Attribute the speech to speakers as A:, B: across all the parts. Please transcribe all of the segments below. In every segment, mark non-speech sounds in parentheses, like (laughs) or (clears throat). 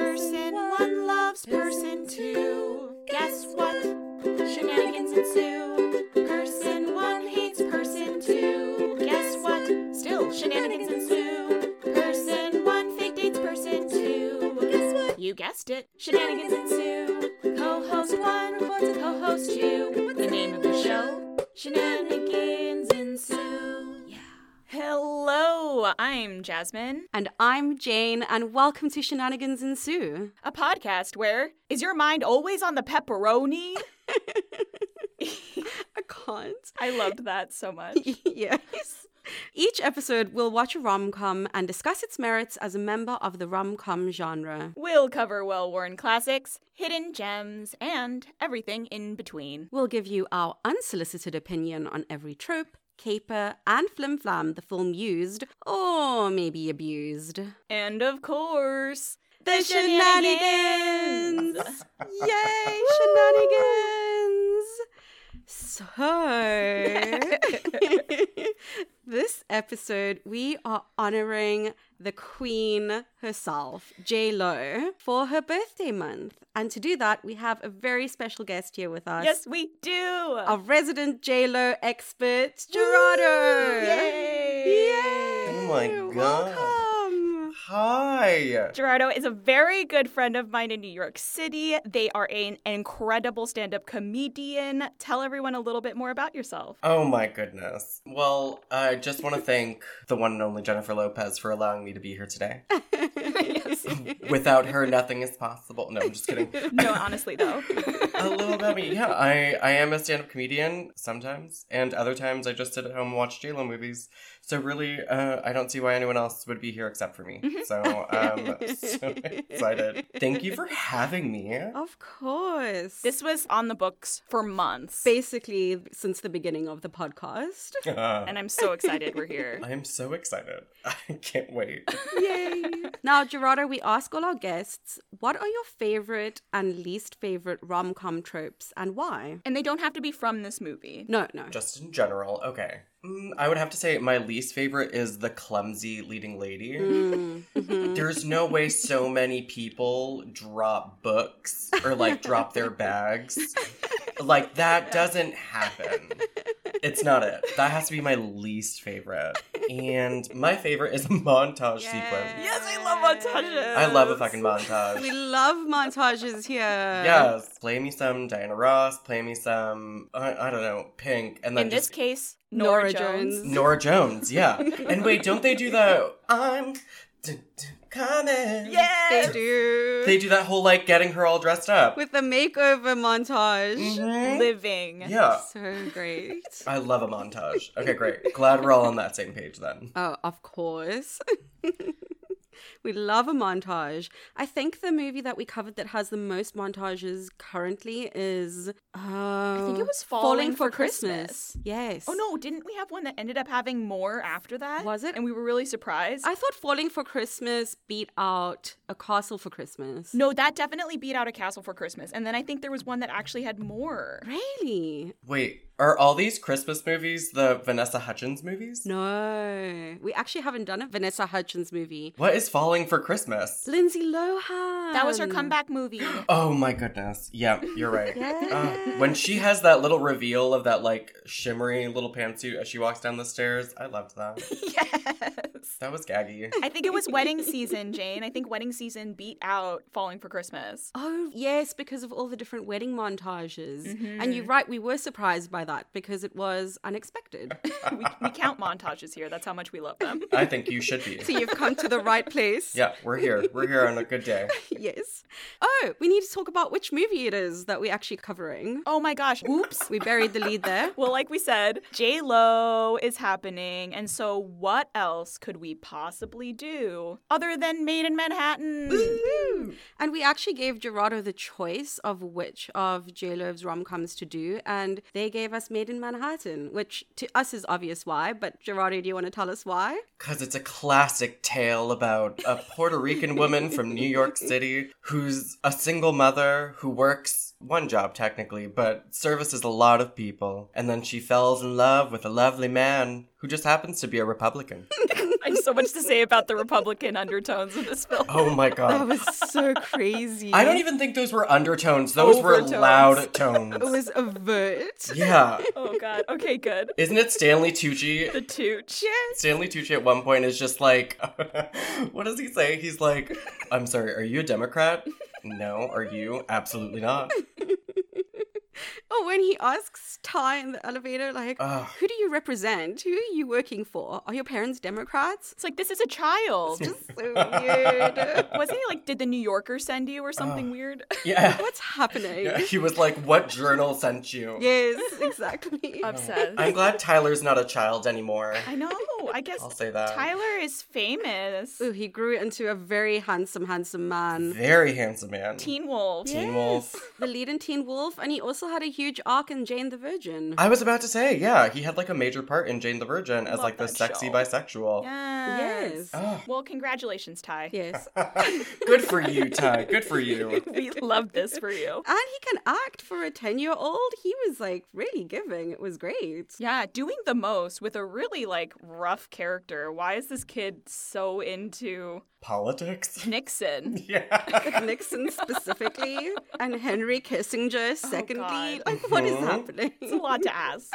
A: person, one loves person two. Guess what? Shenanigans ensue. Person one hates person two. Guess what? Still shenanigans ensue. Person one fake dates person two. Guess what? You guessed it. Shenanigans ensue. Co-host one reports to co-host two. What's the name of the show? Shenanigans ensue. Yeah. Hello, I'm Jasmine.
B: And I'm Jane, and welcome to Shenanigans Ensue.
A: a podcast where is your mind always on the pepperoni?
B: I can't.
A: (laughs) I loved that so much.
B: (laughs) yes. Each episode, we'll watch a rom com and discuss its merits as a member of the rom com genre.
A: (laughs) We'll cover well worn classics, hidden gems, and everything in between.
B: We'll give you our unsolicited opinion on every trope, caper, and flim flam the film used, or maybe abused.
A: And of course, (laughs)
B: The shenanigans! Yay, shenanigans!
A: (laughs)
B: So, this episode, we are honoring the queen herself, J-Lo, for her birthday month. And to do that, we have a very special guest here with us.
A: Yes, we do!
B: Our resident J-Lo expert, Gerardo!
A: Yay!
B: Yay!
C: Oh my
A: (laughs)
C: God.
B: Welcome!
C: Hi.
A: Gerardo is a very good friend of mine in New York City. They are an incredible stand up comedian. Tell everyone a little bit more about yourself.
C: Oh my goodness. Well, I just want to thank the one and only Jennifer Lopez for allowing me to be here today.
A: yes.
C: Without her, nothing is possible. No, I'm just kidding.
A: (laughs) No, honestly, though.
C: A little about me. Yeah, I, I am a stand up comedian sometimes, and other times I just sit at home and watch JLo movies. So, really, uh, I don't see why anyone else would be here except for me. So, um, (laughs) so excited. Thank you for having me.
B: Of course.
A: This was on the books for months.
B: basically since the beginning of the
C: (laughs)
B: podcast.
C: Uh,
A: (laughs) and I'm so excited we're
C: (laughs)
A: here.
C: I'm so excited. I can't wait.
B: Yay. now, Gerardo, we ask all our guests, what are your favorite and least favorite rom com tropes and why?
A: And they don't have to be from this movie.
B: No, no.
C: Just in general, okay. Mm, I would have to say my least favorite is the clumsy leading lady.
B: Mm, mhm.
C: There's no way so many people drop books or like drop their bags. Like that doesn't happen. It's not it. That has to be my least favorite. And my favorite is a montage sequence.
A: Yes, I love montages.
C: I love a fucking montage.
B: We love montages here.
C: Yes, play me some Diana Ross, play me some I, I don't know, Pink, and then
A: In
C: just
A: this case, Nora,
B: Nora
A: Jones.
B: Jones.
C: Nora Jones, yeah. And wait, don't they do the I'm d- d- coming?
A: Yes!
B: They do.
C: They do that whole like getting her all dressed up.
B: With the makeover montage.
C: Mhm.
A: Living.
C: Yeah.
B: So great.
C: (laughs) I love a montage. Okay, great. Glad we're all on that same page then.
B: Oh, of course. (laughs) we love a montage. I think the movie that we covered that has the most montages currently is uh, I
A: think it was Falling for Christmas.
B: Yes.
A: Oh no, didn't we have one that ended up having more after that?
B: Was it?
A: And we were really surprised.
B: I thought Falling for Christmas beat out A Castle for Christmas.
A: no, that definitely beat out a castle for Christmas. And then I think there was one that actually had more.
B: Really?
C: Wait, are all these Christmas movies the Vanessa Hudgens movies?
B: No. We actually haven't done a Vanessa Hudgens movie.
C: What is Falling for Christmas?
B: Lindsay Lohan.
A: That was her comeback movie. (laughs)
C: Oh my goodness. Yeah, you're right. Uh,
B: Yes.
C: when she has that little reveal of that like shimmery little pantsuit as she walks down the stairs, I loved that.
A: yes.
C: That was gaggy.
A: I think it was wedding season, Jane. I think wedding season beat out Falling for Christmas.
B: Oh, yes, because of all the different wedding montages. And you're right, we were surprised by that because it was unexpected. (laughs)
A: we, we count montages here. That's how much we love them.
C: I think you should be.
B: so you've come to the right place.
C: Yeah, we're here. We're here on a
A: (laughs)
C: good day.
B: (laughs) Yes. Oh, we need to talk about which movie it is that we're actually covering.
A: Oh my gosh. Oops.
B: We buried the lead (laughs) there.
A: Well, like we said, J Lo is happening, and so what else could we possibly do other than Made in Manhattan?
B: And we actually gave Gerardo the choice of which of J Love's rom coms to do, and they gave us Made in Manhattan, which to us is obvious why. But Gerardo, do you want to tell us why?
C: Because it's a classic tale about a Puerto Rican woman from New York City who's a single mother who works one job technically, but services a lot of people. And then she falls in love with a lovely man who just happens to be a Republican.
A: I have so much to say about the Republican undertones of this film.
C: Oh
A: (laughs)
C: my
B: That
C: god.
B: was (laughs) so crazy.
C: I don't even think those were undertones. Those
A: Overtones. (laughs)
C: were loud
B: It
C: tones.
B: was overt.
C: yeah.
A: Oh god. Okay, good.
C: Isn't it Stanley Tucci?
A: The tooch.
C: Stanley Tucci at one point is just like, (laughs) what does he say? He's like, I'm sorry, are you a Democrat? No, are you? Absolutely not.
B: Oh, when he asks Ty in the elevator, like,
C: Ugh.
B: who do you represent? Who are you working for? Are your parents Democrats?
A: It's like this is a child.
B: Just so
C: (laughs)
B: weird.
A: Wasn't he like did the New Yorker send you or something weird?
C: Uh,
A: (laughs)
C: Yeah.
B: What's happening?
C: Yeah, He was like, what journal sent you?
B: Yes,
C: (laughs)
B: exactly.
C: Um,
A: Obsessed.
C: I'm glad Tyler's not a child anymore.
A: I know. I guess
C: I'll say that.
A: Tyler is famous.
B: Ooh, he grew into a very handsome, handsome man.
C: Very handsome man.
A: Teen Wolf.
C: Teen Wolf.
B: The lead in Teen Wolf, and he also had a huge arc in Jane the Virgin.
C: I was about to say, yeah, he had like a major part in Jane the Virgin as
A: Love
C: like the
A: that
C: sexy
A: show.
C: bisexual.
A: Yes.
B: Yes.
C: Ugh.
A: Well, congratulations, Ty.
C: (laughs)
B: Yes.
C: Good for you, Ty. Good for you.
A: (laughs) We love this for you.
B: And he can act for a 10 year old. He was like really giving. It was great.
A: Yeah, doing the most with a really like rough character. Why is this kid so into
C: Politics? (laughs)
A: Nixon? (laughs)
C: Yeah.
B: With Nixon specifically, and Henry
C: Oh,
B: Kissinger, secondly.
A: God.
B: like, what is
C: Mhm.
A: It's a
B: happening?
A: lot to (laughs) ask.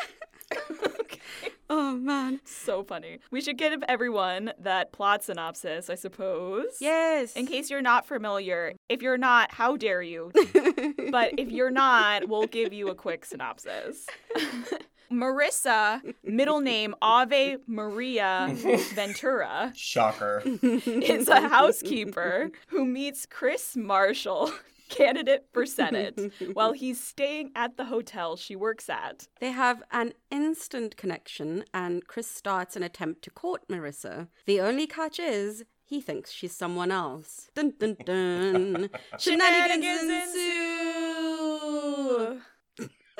B: Oh, man.
A: So funny. We should give everyone that plot synopsis, I suppose.
B: Yes.
A: In case you're not familiar, if you're not, how dare (laughs) you? but if you're not, we'll give you a quick (laughs) synopsis. Marissa, middle name Ave (laughs) Maria Ventura,
C: Shocker.
A: (laughs) is a housekeeper who meets Chris Marshall, (laughs) candidate for Senate, while he's staying at the hotel she works at.
B: They have an instant connection, and Chris starts an attempt to court Marissa. The only catch is he thinks she's someone else. Dun dun dun. (laughs) Shenanigans
A: Shenanigans
B: ensue.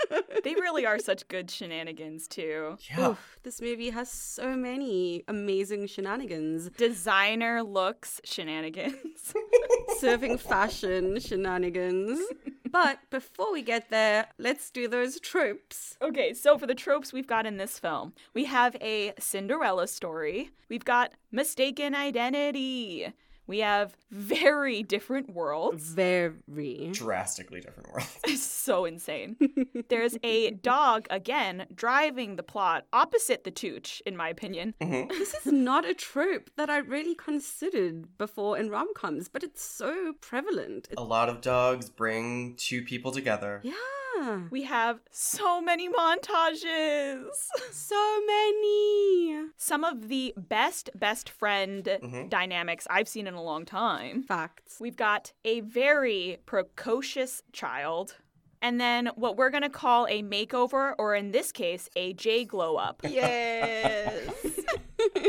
A: (laughs) they really are such good shenanigans, too.
C: Yeah.
B: Oof, this movie has so many amazing shenanigans.
A: Designer looks shenanigans. (laughs)
B: (laughs) Serving fashion shenanigans. But before we get there, let's do those tropes.
A: Okay, so for the tropes we've got in this film, we have a Cinderella story, we've got mistaken identity, we have very different worlds.
B: Very.
C: Drastically different world.
A: It's so insane. There's a dog, again, driving the plot opposite the Tooch, in my opinion.
B: This is not a trope that I really considered before in rom coms, but it's so prevalent. It-
C: A lot of dogs bring two people together.
B: yeah.
A: (laughs) We have so many montages.
B: So many.
A: Some of the best best friend dynamics I've seen in a long time.
B: Facts.
A: We've got a very precocious child, and then what we're going to call a makeover, or in this case, a J glow up.
B: Yes.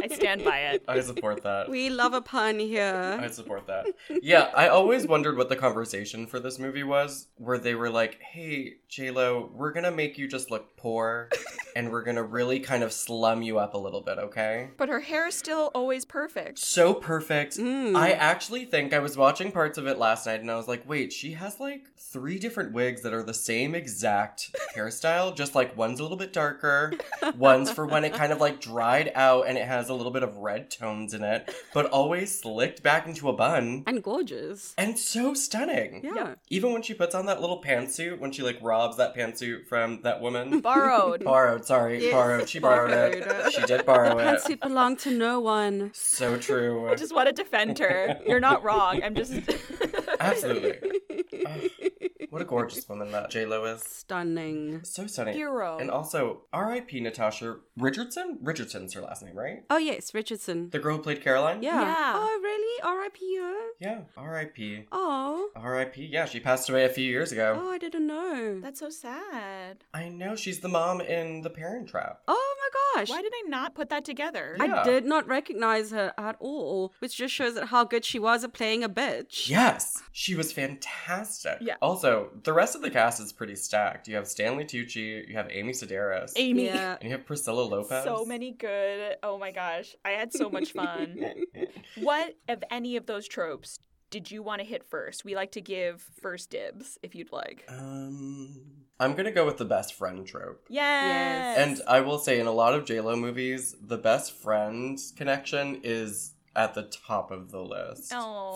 A: I stand by
C: (laughs)
A: it.
C: I support
B: (laughs)
C: that.
B: we love a pun here.
C: I support that. Yeah, I always wondered what the conversation for this movie was, where they were like, "Hey, J Lo, we're gonna make you just look poor, and we're gonna really kind of slum you up a little bit, okay?"
A: But her hair is still always perfect.
C: So perfect.
B: Mm.
C: I actually think I was watching parts of it last night, and I was like, "Wait, she has like three different wigs that are the
B: (laughs)
C: same exact hairstyle, just like one's a little bit darker, one's for when it kind of like dried out and it has a little bit of red tones in it, but always slicked back into a bun."
B: And gorgeous.
C: and so stunning.
B: Yeah.
C: Even when she puts on that little pantsuit, when she like robs that pantsuit from
B: (laughs)
C: that woman.
A: Borrowed.
C: borrowed, sorry,
B: Yes,
C: borrowed. She borrowed,
B: borrowed.
C: it. She did borrow it.
B: Pantsuit belonged to no one.
C: So true.
A: I just want to defend her. You're not wrong. I'm
C: (laughs)
A: just.
C: Absolutely.
A: (laughs)
C: Ugh, what a gorgeous woman that J Lo is.
B: Stunning.
C: So stunning.
A: Hero.
C: And also, R.I.P. Natasha Richardson. Richardson's her last name, right?
B: Oh, yes, Richardson.
C: The girl who played Caroline.
B: Yeah.
A: Yeah.
B: Oh, really? R.I.P. her?
C: Yeah. R.I.P.
B: Oh.
C: R.I.P. Yeah, she passed away a few years ago.
B: Oh, I didn't know.
A: That's so sad.
C: I know she's the mom in The Parent Trap.
B: Oh my gosh.
A: Why did I not put that together?
C: Yeah.
B: I did not recognize her at all, which just shows that how good she was at playing a bitch.
C: Yes, she was fantastic.
A: Yeah.
C: Also, the rest of the cast is pretty stacked. You have Stanley Tucci, you have Amy Sedaris,
A: Amy.
B: Yeah.
C: and you have Priscilla Lopez.
A: So many good. Oh my gosh. I had (laughs) so much
C: (laughs)
A: fun. what of any of those tropes
C: Uh,
A: did you want to hit first? We like to give first dibs if you'd like.
C: Um, I'm gonna go with the best friend trope.
A: Yes.
C: And I will say, in a lot of JLo movies, the best friend connection is at the top of the list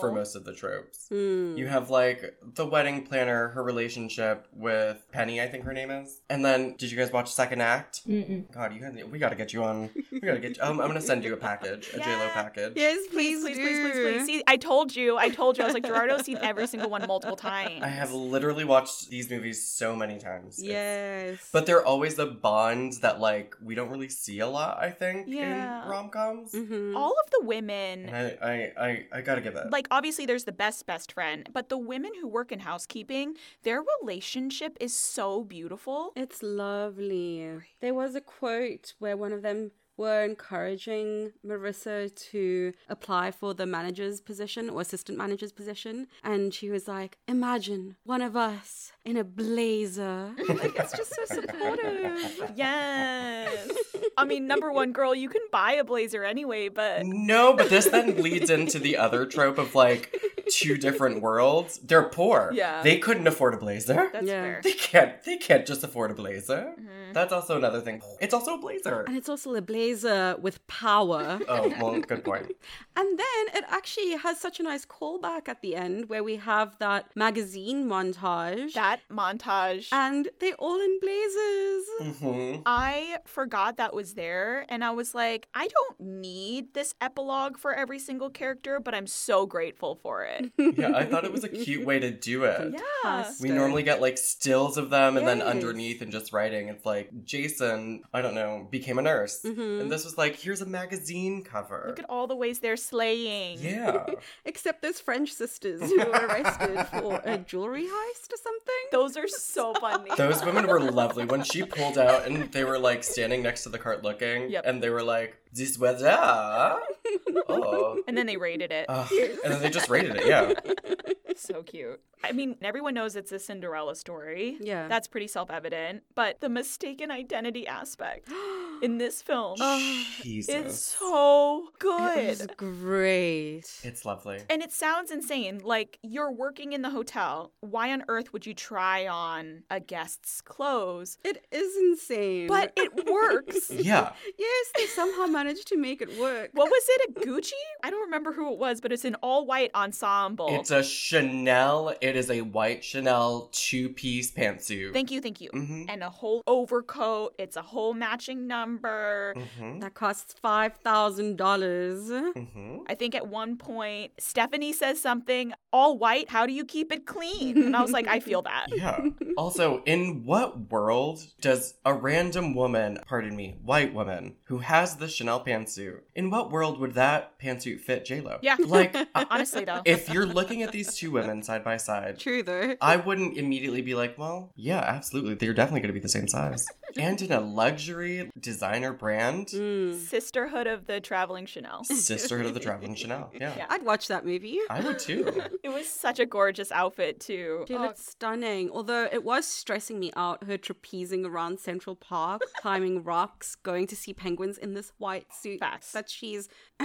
C: for
A: Oh.
C: most of the tropes.
B: Hmm.
C: You have like the wedding planner, her relationship with Penny, I think her name is. And then, did you guys watch Second Act?
D: Mm-mm.
C: God, you had, we gotta get you on. We gotta get. You, um, I'm gonna send you a package, a JLo
A: Yeah.
C: package.
B: yes, please,
A: Please, please, please, please, please.
B: do.
A: See, I told you. I told you. I was like, Gerardo's seen every single one multiple times.
C: (laughs) I have literally watched these movies so many times. It's-
B: Yes.
C: But they're always the bonds that like we don't really see a lot, I think,
A: Yeah.
C: in rom coms.
B: Mhm.
A: All of the women.
C: And I, I, I, I gotta give it.
A: like obviously there's the best best friend but the women who work in housekeeping their relationship is so beautiful
B: It's lovely. There was a quote where one of them were encouraging Marissa to apply for the manager's position or assistant manager's position. And she was like, Imagine one of us in a
C: (laughs)
B: blazer. (laughs) like, it's just so supportive.
A: yes i mean number one girl you can buy a blazer anyway but
B: Mm,
C: no, but this then leads into the other trope of like two different worlds. They're poor.
A: Yeah.
C: They couldn't afford a blazer.
A: that's
B: Yeah.
A: fair
C: (laughs) they can't. They can't just afford a blazer.
A: Mhm.
C: That's also another thing. It's also a blazer.
B: And it's also a blazer with power.
C: Oh well, good point.
B: And then it actually has such a nice callback at the end where we have that magazine montage.
A: that montage
B: and they're all in blazers.
C: hmm
A: I forgot that was there, and I was like, I don't need this epilogue for every single character, but I'm so grateful for
B: (laughs)
A: it.
C: Yeah, I thought it was a cute way to do it.
A: yeah.
C: We normally get like stills of them and then
B: Yes.
C: underneath and just writing. It's like Jason, I don't know, became a nurse.
B: Mhm.
C: And this was like, here's a magazine cover.
A: Mm-hmm. Look at all the ways they're slaying.
C: yeah.
B: Except those French
C: (laughs)
B: sisters who were arrested for a jewelry heist or something.
A: Those are
B: (laughs)
A: so funny.
C: Those women were lovely. When she pulled out and they were like standing next to the cart looking
A: Yep.
C: and they were like, this weather. Oh.
A: and then they rated
B: Uh,
A: it.
C: Ugh. And then they just rated it, yeah.
A: so cute. I mean, everyone knows it's a Cinderella story.
B: Yeah. (gasps)
A: That's pretty self evident. But the mistaken identity aspect
B: Oh
A: in this film is
C: Jesus.
A: so
B: It
A: good.
B: was great.
C: It's lovely.
A: And it sounds insane. Like, you're working in the hotel. Why on earth would you try on a guest's clothes?
B: It is insane.
A: But
B: (laughs)
A: it works.
C: Yeah.
B: yes, they somehow managed to make it work.
A: what was it? A Gucci? I don't remember who it was, but it's an all white ensemble.
C: It's a Chanel. It is a white Chanel two piece pantsuit.
A: thank you, thank you.
C: hmm
A: And a whole overcoat. It's a whole matching number.
C: hmm
B: That costs five thousand dollars.
C: hmm
A: I think at one point Stephanie says something, all white, how do you keep it clean? And I was like, I
C: (laughs)
A: feel that.
C: Yeah. Also, in what world does a random woman, pardon me, white woman, who has the Chanel pantsuit, in what world would that pantsuit fit JLo?
A: Yeah.
C: Like, I-
A: Honestly though.
C: if you're looking at these two women side by side,
B: True though.
C: I wouldn't immediately be like, well, yeah, absolutely. They're definitely going to be the same size. And in a luxury designer
B: (laughs)
C: brand,
B: Mm.
A: Sisterhood of the Traveling Chanel.
C: Sisterhood of the Traveling Chanel. Yeah.
A: Yeah.
B: I'd watch that movie.
C: I would too.
A: It was such a gorgeous outfit too. Oh,
B: She looked stunning, although it was stressing me out her trapezing around Central Park, climbing rocks, going to see penguins in this white suit
A: Facts.
B: that she's (clears throat)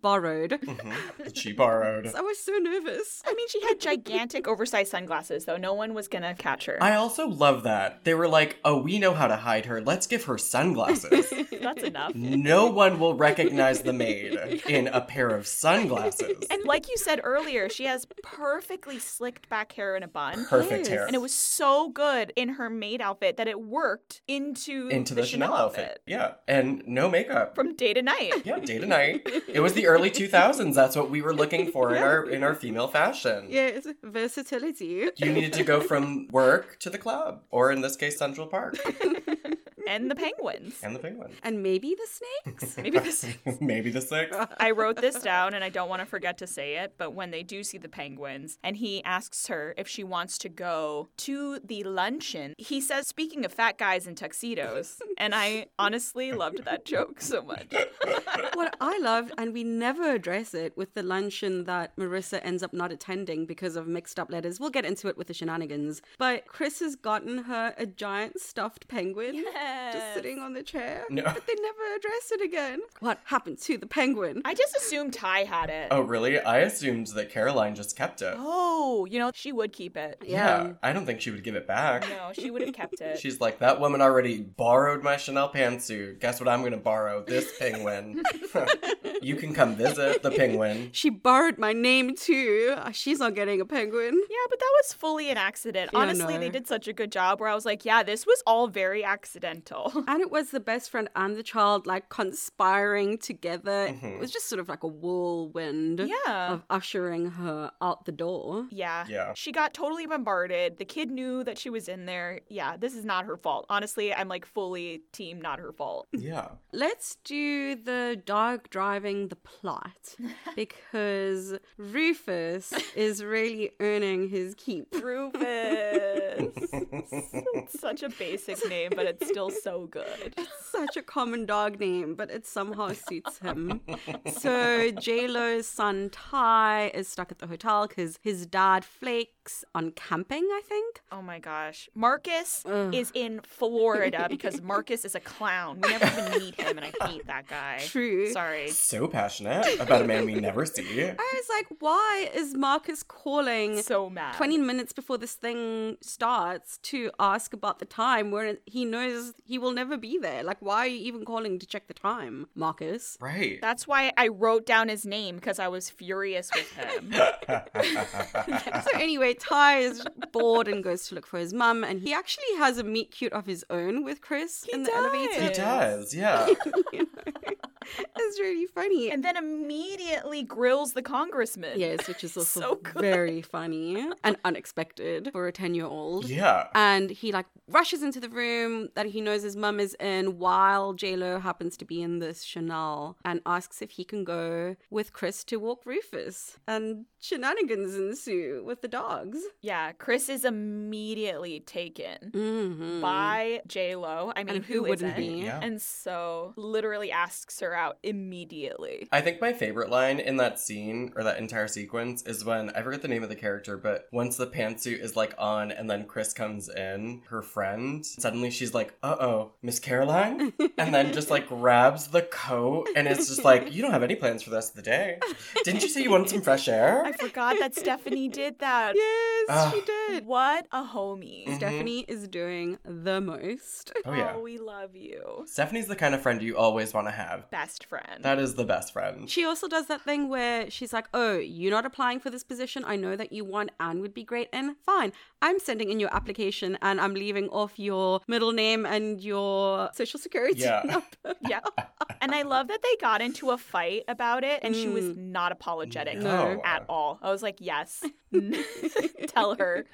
B: borrowed.
C: Mhm. She borrowed.
B: I was so nervous.
A: I mean, she had gigantic oversized sunglasses though. No one was gonna catch her.
C: I also love that. They were like, oh, we know how to hide her. Let's give her sunglasses.
A: (laughs) That's
C: (laughs)
A: enough.
C: No one will recognize the maid in a pair of sunglasses.
A: And like you said earlier, she has perfectly slicked back hair in a bun.
C: Perfect
B: Yes.
C: hair.
A: And it was so good in her maid outfit that it worked into,
C: into the, Chanel, outfit. Yeah. And no makeup.
A: From day to night.
C: yeah, day to night. It was the early 2000s. That's what we were looking for in our in our female fashion.
B: Yes, versatility.
C: You needed to go from work to the club, or in this case, Central Park
A: and the penguins.
C: and the Penguin. (laughs)
B: And maybe the snakes?
A: Maybe this.
C: Maybe the six.
A: I wrote this down and I don't want to forget to say it, but when they do see the penguins and he asks her if she wants to go to the luncheon, he says, speaking of fat guys in tuxedos. And I honestly loved that joke so much.
B: what I loved, and we never address it with the luncheon that Marissa ends up not attending because of mixed up letters. We'll get into it with the shenanigans. But Chris has gotten her a giant stuffed penguin.
A: Yes.
B: just sitting on the chair.
C: No.
B: But they never address it again. What happened to the penguin?
A: I just assumed Ty had it.
C: Oh, really? I assumed that Caroline just kept it.
A: Oh, you know, she would keep it.
B: Yeah.
C: I don't think she would give it back.
A: No, she would have kept it.
C: She's like, that woman already borrowed my Chanel pantsuit. Guess what I'm gonna borrow? This penguin. (laughs) you can come visit the penguin.
B: She borrowed my name too. Ah, She's not getting a penguin.
A: yeah, but that was fully an accident.
B: Yeah, I
A: Honestly, they
B: know.
A: did such a good job where I was like, yeah, this was all very
B: (laughs)
A: accidental.
B: And it was the best friend and the child like conspiring together. It
C: Mhm.
B: was just sort of like a whirlwind
A: Yeah.
B: of ushering her out the door.
A: Yeah.
C: Yeah.
A: She got totally bombarded. The kid knew that she was in there. Yeah, this is not her fault. Honestly, I'm like fully team not her
B: (laughs)
A: fault.
C: Yeah.
B: Let's do the dog driving the plot because Rufus is really earning his keep. (laughs)
A: Rufus. It's such a basic name, but it's still so good.
B: Such a common dog name, but it somehow suits him. So J Lo's son Ty is stuck at the hotel because his dad flakes on camping. I think.
A: Oh my gosh. Marcus
B: Ugh.
A: is in Florida because Marcus is a clown. We never even meet him, and I hate that guy.
B: True.
A: Sorry.
C: so passionate about a man we never see.
B: I was like, why is Marcus calling
A: So mad.
B: 20 minutes before this thing starts to ask about the time where he knows he will never be there? Like, why are you even calling to check the time, Marcus? (laughs)
C: Right.
A: That's why I wrote down his name because I was furious with
B: (laughs)
A: him.
B: So, anyway, Ty is bored and goes to look for his mum, and he actually has a meet cute of his own with Chris in the
C: he
B: elevator.
A: does.
C: does, yeah.
B: (laughs) It's really funny.
A: and then immediately grills the congressman.
B: yes, which is also
A: So good.
B: very funny and unexpected for a 10 year old.
C: Yeah.
B: and he like rushes into the room that he knows his mum is in while JLo happens to be in this Chanel and asks if he can go with Chris to walk Rufus. And shenanigans ensue with the dogs.
A: Yeah, Chris is immediately taken
B: Mm-hmm.
A: by J Lo. I mean,
B: And who
A: isn't?
B: wouldn't be?
C: Yeah.
A: And so, literally asks her out
B: (laughs)
A: immediately.
C: I think my favorite line in that scene or that entire sequence is when I forget the name of the character, but once the pantsuit is like on and then Chris comes in, her friend, suddenly she's like, uh oh,
B: (laughs)
C: Miss Caroline? And then just like grabs the coat and it's just like, you don't have any plans for the rest of the day. Didn't you say you wanted some fresh
A: I
C: air?
A: forgot that Stephanie did that.
B: Yes, she
C: Ah.
B: did.
A: What a homie.
B: Mm-hmm.
C: Mhm.
B: Stephanie is doing the most.
C: Oh, yeah.
A: we love you.
C: Stephanie's the kind of friend you always want to have.
A: Best friend. (laughs)
C: That is the best friend.
B: She also does that thing where she's like, Oh, you're not applying for this position. I know that you want and would be great in. Fine. I'm sending in your application and I'm leaving off your middle name and your social security
C: Yeah.
B: (laughs) number.
A: yeah. And I love that they got into a fight about it and she
B: Mm.
A: was not apologetic
C: No.
A: at all. I was like, yes, (laughs) tell
B: (laughs)
A: her.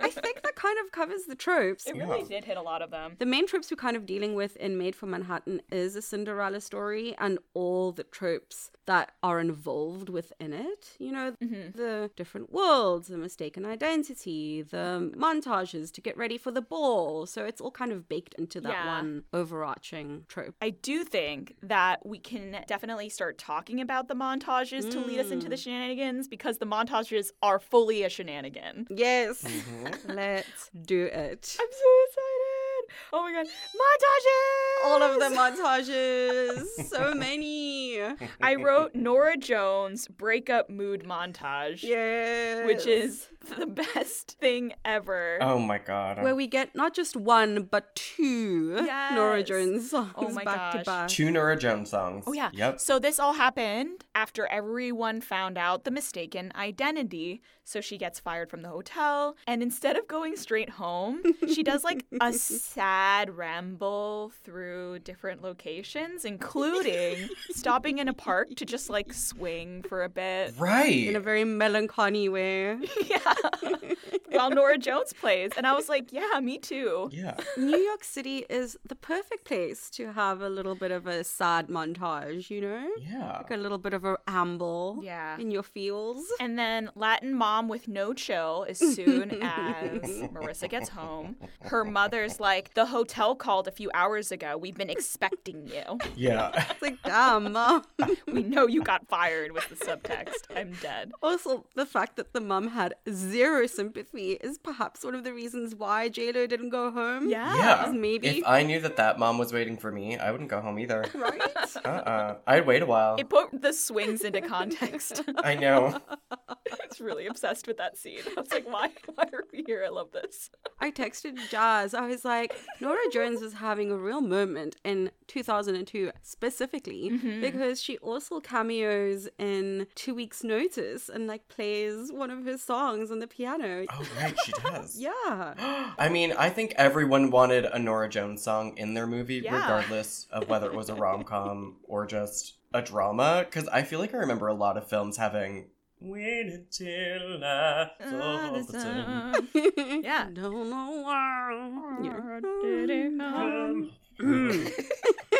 B: I think that kind of covers the tropes.
A: It really did hit a lot of them.
B: The main tropes we're kind of dealing with in Made for Manhattan is a Cinderella story and all the tropes that are involved within it. You know,
A: Mm-hmm.
B: the different worlds, the mistaken identity, the montages to get ready for the ball. So it's all kind of baked into that
A: Yeah.
B: one overarching trope.
A: I do think that we can definitely start talking about the montages to lead us into the shenanigans because the montages are fully a shenanigan.
B: Yes, (laughs) let's do it.
A: I'm so excited. Oh my god. Montages!
B: All of the
A: (laughs)
B: montages, so many.
A: I wrote Nora Jones breakup mood montage,
B: Yes.
A: which is the best thing ever.
C: Oh my god.
B: where we get not just one but two Nora
A: Yes.
B: Jones songs
A: Oh my
B: back to
A: gosh.
B: back.
C: Two Nora Jones songs.
A: Oh yeah.
C: Yep.
A: So this all happened after everyone found out the mistaken identity. So she gets fired from the hotel, and instead of going straight home, she does like a sad ramble through different locations, including stopping in a park to just like swing for a bit. (laughs)
B: in a
C: Right.
B: very melancholy way.
A: Yeah. While Nora Jones plays, and I was like, yeah, me too.
B: (laughs)
C: Yeah.
B: New York City is the perfect place to have a little bit of a sad montage, you know?
C: Yeah.
B: Like a little bit of a amble
A: Yeah.
B: in your fields.
A: And then Latin mom with no chill as soon as Marissa gets home. Her mother's like, The hotel called a few hours ago. We've been expecting you.
C: Yeah. (laughs)
B: It's like, damn, (laughs) mom.
A: We know you got fired with the subtext. I'm dead.
B: also, the fact that the mum had zero sympathy maybe is perhaps one of the reasons why JLo didn't go home.
A: Yeah.
C: Yeah.
B: Is maybe.
C: If I knew that that mom was waiting for me, I wouldn't go home either.
B: (laughs) Right?
C: Uh uh-uh. uh. i would wait a while.
A: It put the swings into context. (laughs)
B: (laughs)
C: I know.
A: It's really obsessed with that scene. I was like, why, why are we here? I love this.
B: I texted Jazz. I was like, Nora Jones was having a real moment in 2002 specifically because she also cameos in Two Weeks Notice and like plays one of her songs on the piano.
C: Oh, right. She does.
B: (laughs) Yeah.
C: (gasps) I mean, I think everyone wanted a Nora Jones song in their movie,
A: Yeah.
C: regardless of whether it was a rom com
B: (laughs)
C: or just a drama. Because I feel like I remember a lot of films having. Wait until
B: Ah,
C: I saw the sun
A: Yeah.
B: (laughs) Don't know why. (laughs) Yeah.
C: come." (laughs)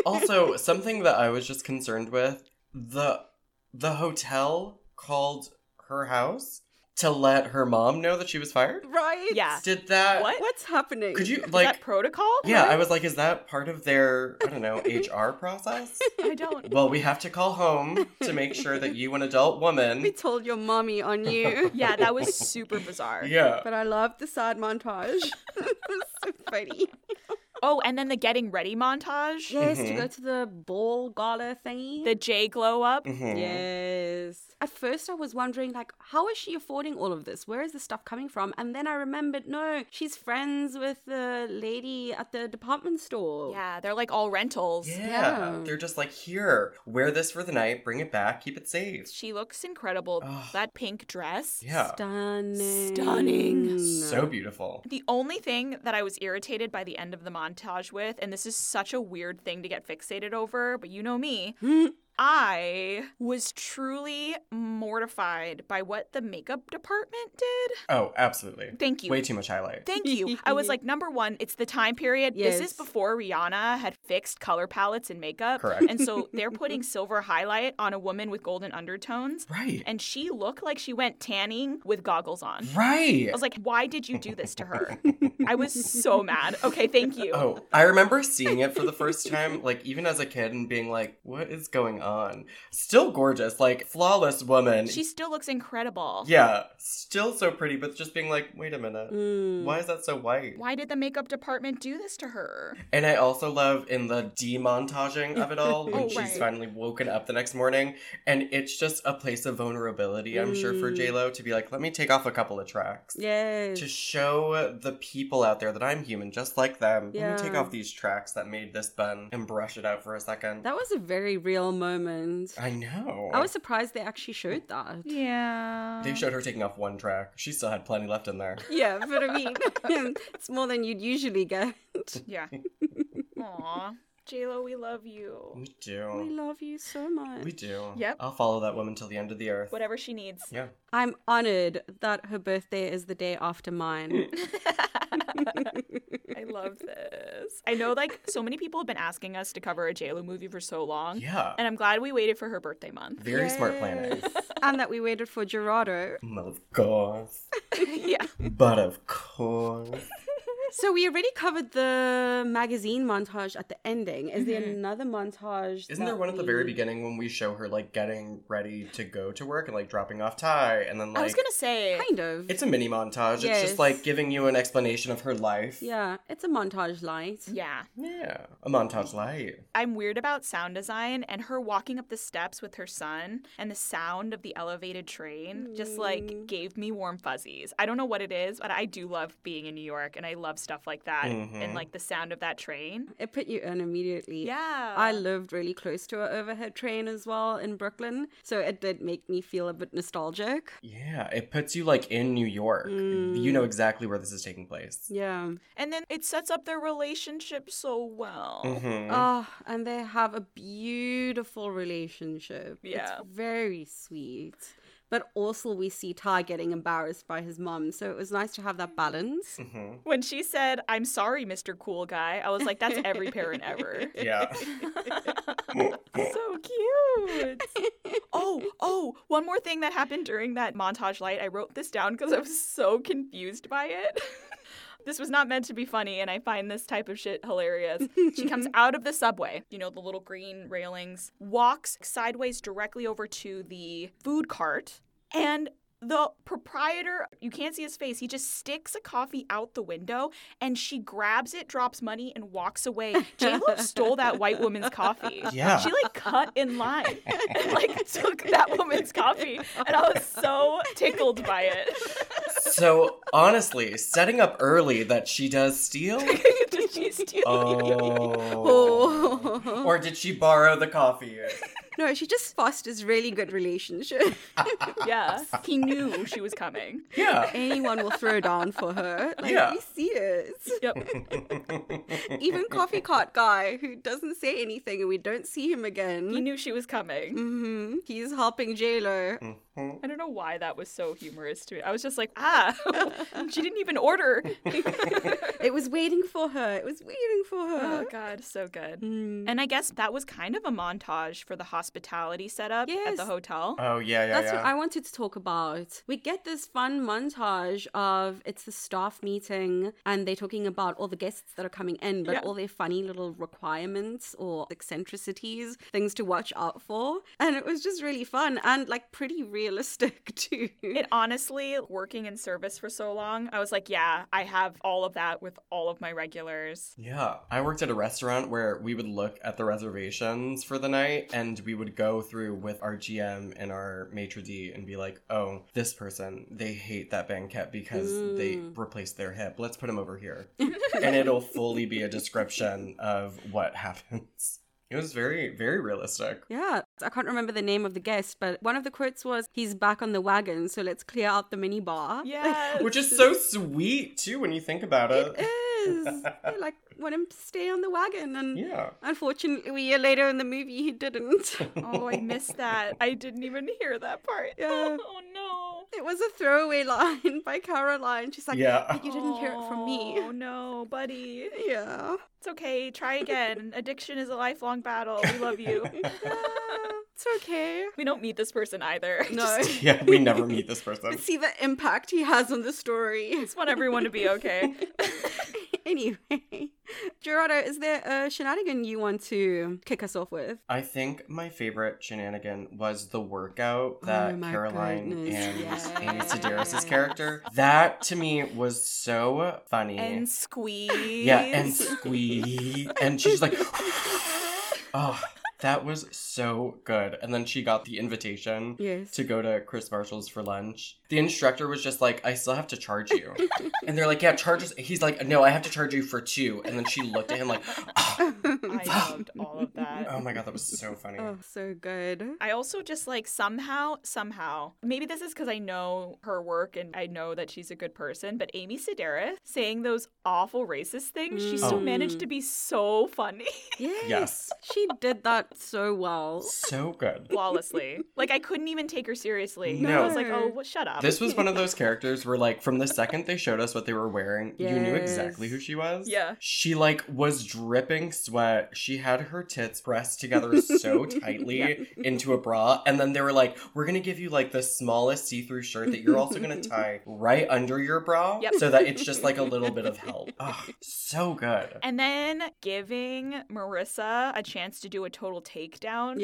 C: also, something that I was just concerned with the the hotel called her house to let her mom know that she was fired.
B: Right?
A: Yeah.
C: Did that?
A: What?
B: What's happening?
C: Could you
A: Like,
C: like?
A: that protocol?
C: yeah, I was like, is that part of their I don't know HR
A: (laughs)
C: process?
A: I don't.
C: Well, we have to call home to make sure that you, an adult
A: (laughs)
B: We
C: woman,
B: told your mommy on
C: (laughs)
B: you.
A: Yeah, that was super bizarre.
C: yeah,
B: But I love the sad montage. (laughs) so funny.
A: Oh, and then the getting ready montage,
B: Yes, to
C: Mhm.
B: go to the ball gala thingy.
A: the J glow up.
C: Mhm.
B: Yes. At first, I was wondering, like, how is she affording all of this? Where is this stuff coming from? And then I remembered, no, she's friends with the lady at the department store.
A: Yeah, they're like all rentals.
C: yeah.
B: Yeah.
C: They're just like, here, wear this for the night, bring it back, keep it safe.
A: She looks incredible.
C: Ugh.
A: That pink dress.
C: Yeah,
B: Stunning.
A: Stunning.
C: so beautiful.
A: The only thing that I was irritated by the end of the montage with, and this is such a weird thing to get fixated over, but you know
C: (laughs)
A: me, I was truly mortified by what the makeup department did.
C: Oh, absolutely.
A: Thank you.
C: Way too much highlight.
A: Thank you. I
C: (laughs)
A: was like, number one, it's the time period. This
B: Yes.
A: is before Rihanna had fixed color palettes and makeup.
C: Correct.
A: And
C: (laughs)
A: so they're putting silver highlight on a woman with golden undertones.
C: Right.
A: And she looked like she went tanning with goggles on.
C: right.
A: I was like, why did you do this to her? I was so mad. Okay, thank you.
C: Oh, I remember seeing it for the first time, like even as a kid, and being like, "What is going on?" Still gorgeous, like flawless woman.
A: She still looks incredible.
C: yeah, still so pretty, but just being like, "Wait a minute,
B: Mm.
C: why is that so white?"
A: Why did the makeup department do this to her?
C: And I also love in the demontaging of it all when
A: Oh, (laughs)
C: she's
A: right.
C: finally woken up the next morning, and it's just a place of vulnerability. I'm sure for
B: Mm.
C: J Lo to be like, "Let me take off a couple of tracks."
B: Yes.
C: To show the people out there that I'm human, just like them. Let me take
B: Yeah.
C: off these tracks that made this bun and brush it out for a second.
B: That was a very real moment.
C: I know.
B: I was surprised they actually showed that.
A: Yeah.
C: They showed her taking off one track. She still had plenty left in there.
B: (laughs) Yeah, but I
C: (laughs)
B: mean, it's more than you'd usually get.
A: Yeah. Aw. JLo, we love you.
C: We do.
B: We love you so much.
C: Oh. We do.
A: Yep.
C: I'll follow that woman till the end of the earth.
A: Whatever she needs.
C: Yeah.
B: I'm honored that her birthday is the day after mine.
A: (laughs) I love this. I know, like, so many people have been asking us to cover a JLo movie for so long.
C: Yeah.
A: And I'm glad we waited for her birthday month.
C: Very smart planning.
B: Yes. (laughs) and that we waited for Gerardo.
C: Mm, (laughs) Of course.
A: yeah.
C: But of course.
B: So we already covered the magazine montage at the ending. Is there another montage?
C: Mm-hmm. Isn't there
B: that
C: one at the very
B: we-
C: beginning when we show her like getting ready to go to work and like dropping off tie and then like
A: I was going to say,
B: Kind of.
C: it's a mini montage. It's
B: Yes.
C: just like giving you an explanation of her life.
B: yeah, it's a montage light.
A: yeah.
C: Yeah. A montage light.
A: I'm weird about sound design and her walking up the steps with her son and the sound of the elevated train just like gave me warm fuzzies. I don't know what it is, but I do love being in New York and I love stuff like that and
C: Mhm.
A: like the sound of that train.
B: It put you in immediately.
A: Yeah.
B: I lived really close to an overhead train as well in Brooklyn, so it did make me feel a bit nostalgic.
C: Yeah. It puts you like in New York. You
B: Mm.
C: know exactly where this is taking place.
B: Yeah.
A: and then it sets up their relationship so well.
C: Mhm.
B: Oh, and they have a beautiful relationship.
A: Yeah.
B: It's very sweet. But also, we see Ty getting embarrassed by his mom, so it was nice to have that
C: (laughs)
B: balance.
C: Mhm.
B: (laughs)
A: When she said, "I'm sorry, Mr. Cool Guy." I was like, that's every parent ever.
B: (laughs)
C: Yeah.
A: (laughs) so cute. (laughs) oh, oh, one more thing that happened during that montage light. I wrote this down because I was so confused by it. (laughs) this was not meant to be funny, and I find this type of shit hilarious. she (laughs) comes out of the subway, you know, the little green railings, walks sideways directly over to the food cart, and the proprietor, you can't see his face, he just sticks a coffee out the window and she grabs it, drops money, and walks away. (laughs) J-Lo stole that white woman's coffee.
C: Yeah.
A: She like cut in line and like took that woman's coffee. And I was so tickled by it. (laughs)
C: So honestly, setting up early that she does
B: (laughs)
C: steal.
A: Did she steal
C: Oh.
B: Oh.
C: Or did she borrow
B: (laughs)
C: the coffee?
B: no, she just fosters really good relationships.
A: Yeah. He knew she was coming.
C: Yeah.
B: Anyone will throw down for her. Like,
C: Yeah.
B: we see it.
A: Yep.
B: Even coffee cart guy who doesn't say anything and we don't see him
A: He
B: again.
A: knew she was coming.
B: hmm He's helping JLo.
C: Mhm.
A: I don't know why that was so humorous to me. I was just like, ah, (laughs) she didn't even order. (laughs)
B: It was waiting for her. It was waiting for her.
A: oh, God, so good.
B: Mm.
A: And I guess that was kind of a montage for the hospitality setup at
B: Yes.
A: the hotel.
C: Oh yeah, yeah,
B: That's
C: yeah.
B: what I wanted to talk about. We get this fun montage of it's the staff meeting and they're talking about all the guests that are coming in, but
A: Yeah.
B: all their funny little requirements or eccentricities, things to watch out for. And it was just really fun and like pretty realistic (laughs) too.
A: It honestly, working in service for so long, I was like, yeah, I have all of that with all of my regulars.
C: Yeah. I worked at a restaurant where we would look at the reservations for the night and we would go through with our GM and our maitre d and be like, oh, this person, they hate that banquet because they
B: Mm.
C: replaced their hip. Let's put him over here. and it'll fully be a description of what happens. (laughs) It was very, very realistic.
B: Yeah, I can't remember the name of the guest, but one of the quotes was, "He's back on the wagon, so let's clear out the mini bar."
A: Yeah. Uh.
C: Which is so sweet too when you think about it.
B: (laughs) it is.
A: (laughs)
B: They, like, want him to stay on the wagon, and
C: Yeah.
B: unfortunately, a year later in the movie, he
C: (laughs)
B: didn't.
A: (laughs) oh, I
B: (laughs)
A: missed that. I didn't even hear that part. (laughs)
B: Yeah.
A: Oh, no.
B: It was a throwaway line by Caroline. She's like,
C: yeah.
B: "But you didn't hear it from me."
A: Oh, no, buddy.
C: (laughs)
B: Yeah.
A: It's okay. Try again. Addiction is a lifelong battle. We love you.
B: (laughs) Yeah, it's okay.
A: we don't meet this person either. (laughs) I
B: No.
A: Just,
B: (laughs)
C: Yeah, we never meet this person.
B: But see the impact he has on the story.
A: just want everyone to be okay.
B: (laughs) anyway, Gerardo, is there a shenanigan you want to kick us off with?
C: I think my favorite shenanigan was the workout that
B: Oh my
C: Caroline
B: goodness,
C: and
B: yes.
C: Amy Sedaris' character. That to me was so funny.
A: and squeeze.
C: yeah, and squeak, and she's like, (laughs) oh, that was so good. And then she got the invitation
B: Yes. (laughs)
C: to go to Chris Marshall's for lunch. The instructor was just like, I still have to
B: (laughs)
C: charge you. and they're like, Yeah, charge us. He's like, No, I have to charge you for two. And then she looked at him like, (laughs) "Ah."
A: I
C: (laughs)
A: loved all of that.
C: Oh my god, that was so funny.
B: Oh, so good.
A: I also just like somehow, somehow, maybe this is because I know her work and I know that she's a good person, but Amy Sedaris saying those awful racist things, she still
C: Mm.
A: managed to be so funny
B: Yes.
C: Yes.
B: She did that so well.
C: So good.
A: (laughs) flawlessly. like I couldn't even take her seriously. I
C: No.
A: was like, oh, well, shut up.
C: This was one of
A: (laughs)
C: those characters where, like, from the second they showed us what they were wearing, you knew
B: Yes.
C: exactly who she was.
A: Yeah.
C: She, like, was dripping sweat. She had her tits
A: (laughs)
C: pressed together so tightly into a bra. And then they were like, we're going to give you, like, the smallest see through shirt that you're also
A: (laughs)
C: going to tie right under your bra
A: Yep.
C: so that it's just, like, a little bit
A: (laughs)
C: of help. Oh, so good.
A: And then giving Marissa a chance to do a total
C: Oh.
A: takedown of the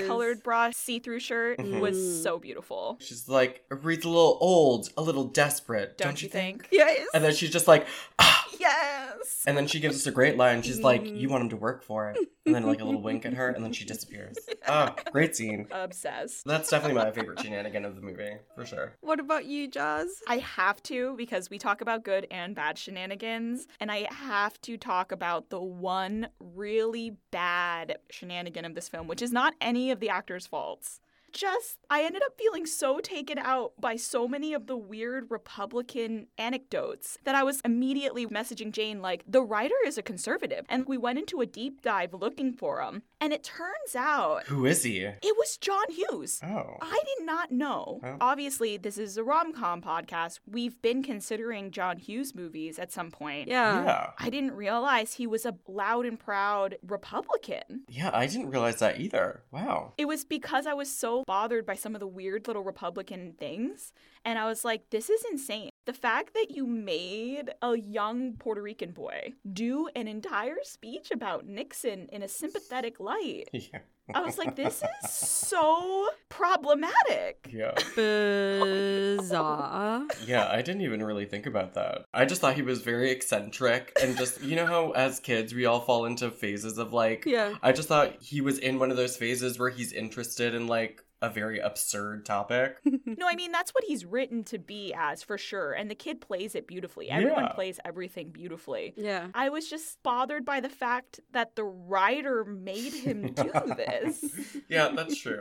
B: Yes.
A: colored bra see through shirt
C: Mhm.
A: was so beautiful.
C: She's like, Aretha's a little old, a little desperate,
A: Don't, you think?
B: Yes.
C: And then she's just like, ah,
A: Yes.
C: And then she gives us a great line. She's like, "You want him to work for it," and then like a little wink at her, and then she disappears. Oh, great scene.
A: Obsessed.
C: That's definitely my favorite shenanigan of the movie for sure.
B: What about you, Jazz?
A: I have to because we talk about good and bad shenanigans, and I have to talk about the one really bad shenanigan of this film, which is not any of the actors' faults. Just, I ended up feeling so taken out by so many of the weird Republican anecdotes that I was immediately messaging Jane, like, the writer is a conservative. And we went into a deep dive looking for him. And it turns out
C: Who is he?
A: it was John Hughes.
C: Oh,
A: I did not know.
C: Oh.
A: Obviously, this is a rom com podcast. We've been considering John Hughes movies at some point.
B: Yeah.
C: yeah,
A: I didn't realize he was a loud and proud Republican.
C: yeah. I didn't realize that either. Wow. (laughs)
A: It was because I was so bothered by some of the weird little Republican things. And I was like, this is insane. The fact that you made a young Puerto Rican boy do an entire speech about Nixon in a sympathetic light,
C: Yeah.
A: I was like, this is so problematic.
C: Yeah.
B: Bizarre.
C: Yeah, I didn't even really think about that. I just thought he was very eccentric and just, you know how as kids we all fall into phases of like,
B: yeah.
C: I just thought he was in one of those phases where he's interested in like a very absurd topic.
B: (laughs)
A: No, I mean, that's what he's written to be as for sure. And the kid plays it beautifully. Everyone
C: Yeah.
A: plays everything beautifully.
B: (laughs) Yeah.
A: I was just bothered by the fact that the writer made him do this.
C: yeah, that's true.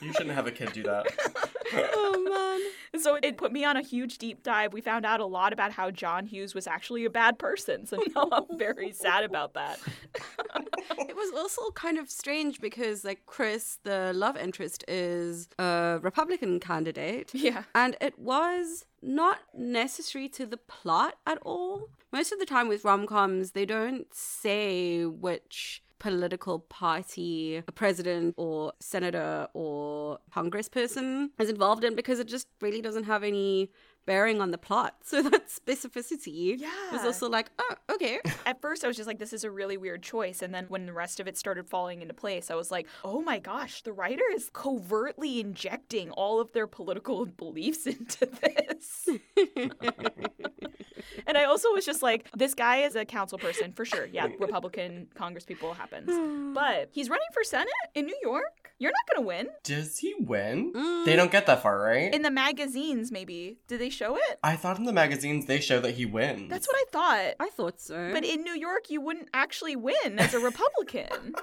C: You shouldn't have a kid do
B: (laughs)
C: that.
B: Oh man.
A: So it put me on a huge deep dive. We found out a lot about how John Hughes was actually a bad person. So now I'm very sad about that.
B: It was also kind of strange because like Chris, the love interest, is a Republican candidate.
A: Yeah.
B: And it was not necessary to the plot at all. Most of the time with rom coms, they don't say which political party a president or senator or congressperson is involved in because it just really doesn't have any bearing on the plot. (laughs) So that specificity was
A: Yeah.
B: also like, oh,
A: (laughs)
B: okay.
A: At first, I was just like, this is a really weird choice. And then when the rest of it started falling into place, I was like, oh my gosh, the writer is covertly injecting all of their political (laughs) beliefs into this. (laughs) and I also was just like, this guy is a council person for sure. Yeah, Republican Congress people
B: Mm,
A: happens. But he's running for Senate in New York. You're not going to win.
C: Does he win?
B: Mm.
C: They don't get that far, right?
A: In the magazines, maybe. Did they show it?
C: I thought in the magazines they show that he wins.
A: That's what I thought.
B: I thought so.
A: But in New York, you wouldn't actually win as a Republican.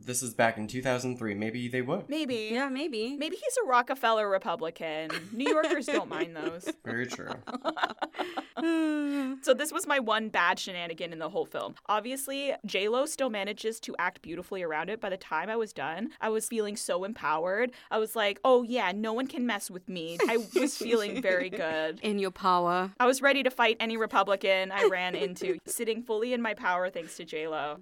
C: This is back in 2003. Maybe they would.
A: Maybe.
B: yeah, maybe.
A: Maybe he's a Rockefeller Republican. New Yorkers don't mind those.
C: Very true.
B: Mm.
A: So this was my one bad shenanigan in the whole film. Obviously, J Lo still manages to act beautifully around it. By the time I was done, I was feeling so empowered. I was like, "Oh yeah, no one can mess with me." I was feeling very good.
B: in your power.
A: I was ready to fight any Republican I ran into, sitting fully in my power thanks to J Lo.